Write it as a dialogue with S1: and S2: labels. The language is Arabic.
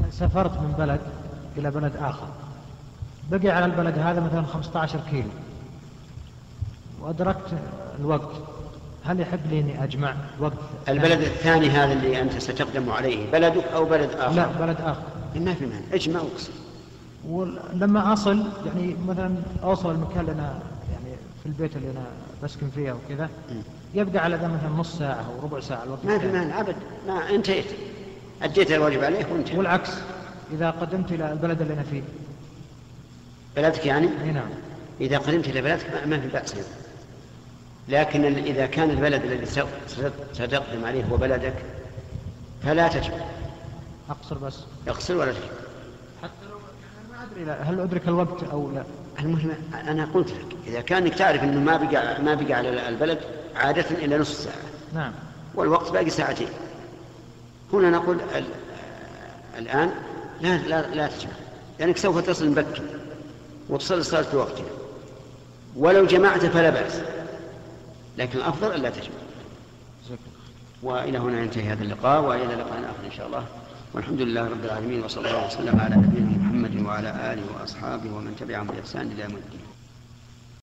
S1: يعني سافرت من بلد إلى بلد آخر بقي على البلد هذا مثلا 15 كيلو وأدركت الوقت هل يحب لي إني أجمع وقت
S2: البلد الثاني هذا اللي أنت ستقدم عليه بلدك أو بلد آخر
S1: لا بلد آخر
S2: ما في مانع اجمع واقسم
S1: ولما اصل يعني مثلا اوصل المكان اللي انا يعني في البيت اللي انا بسكن فيه وكذا يبقى على ذا مثلا نص ساعه او ربع ساعه الوقت
S2: ما في
S1: الثاني.
S2: مانع أبدا ما انتهيت أديت الواجب عليك وانتهى
S1: والعكس اذا قدمت الى البلد اللي انا فيه
S2: بلدك يعني
S1: اي نعم
S2: إذا قدمت إلى بلدك ما- ما في بأس يعني. لكن ال- إذا كان البلد الذي ست- ست- ستقدم عليه هو بلدك فلا تجمع
S1: اقصر بس
S2: اغسل ولا تجمع
S1: حتى لو ما ادري لا هل ادرك الوقت او لا
S2: المهم أنا قلت لك إذا كانك تعرف أنه ما بقى ما بقى على البلد عادة إلا نصف ساعة
S1: نعم
S2: والوقت باقي ساعتين هنا نقول ال- الآن لا لا لا تجمع لأنك سوف تصل مبكر وتصل صلاة في وقتها ولو جمعت فلا بأس لكن الأفضل ألا تجمع
S1: جزاك الله خير.
S2: وإلى هنا ينتهي هذا اللقاء وإلى لقاء آخر إن شاء الله والحمد لله رب العالمين وصلى الله وسلم على نبينا محمد وعلى آله وأصحابه ومن تبعهم بإحسان إلى يوم الدين